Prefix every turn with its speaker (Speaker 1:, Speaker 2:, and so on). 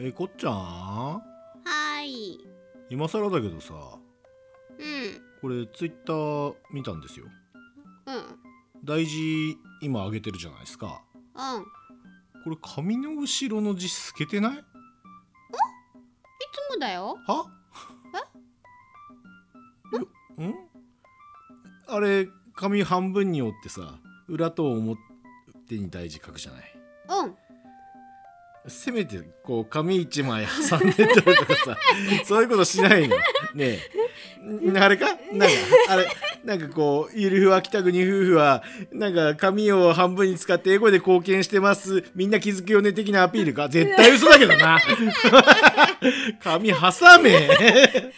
Speaker 1: えこっちゃん
Speaker 2: はい
Speaker 1: 今更だけどさ
Speaker 2: うん
Speaker 1: これツイッター見たんですよ
Speaker 2: うん
Speaker 1: 大事今上げてるじゃないですか
Speaker 2: うんい
Speaker 1: これ紙の後ろの字透けてない
Speaker 2: つもだよ
Speaker 1: はえんあれ紙半分に折ってさ裏と表に大事書くじゃない
Speaker 2: うん
Speaker 1: せめてこう紙一枚挟んでたりとかさ そういうことしないのねえんあれかなんかあれなんかこうゆるふわ北国夫婦はなんか紙を半分に使って英語で貢献してますみんな気づくよね的なアピールか絶 対嘘だけどな紙挟め
Speaker 2: はい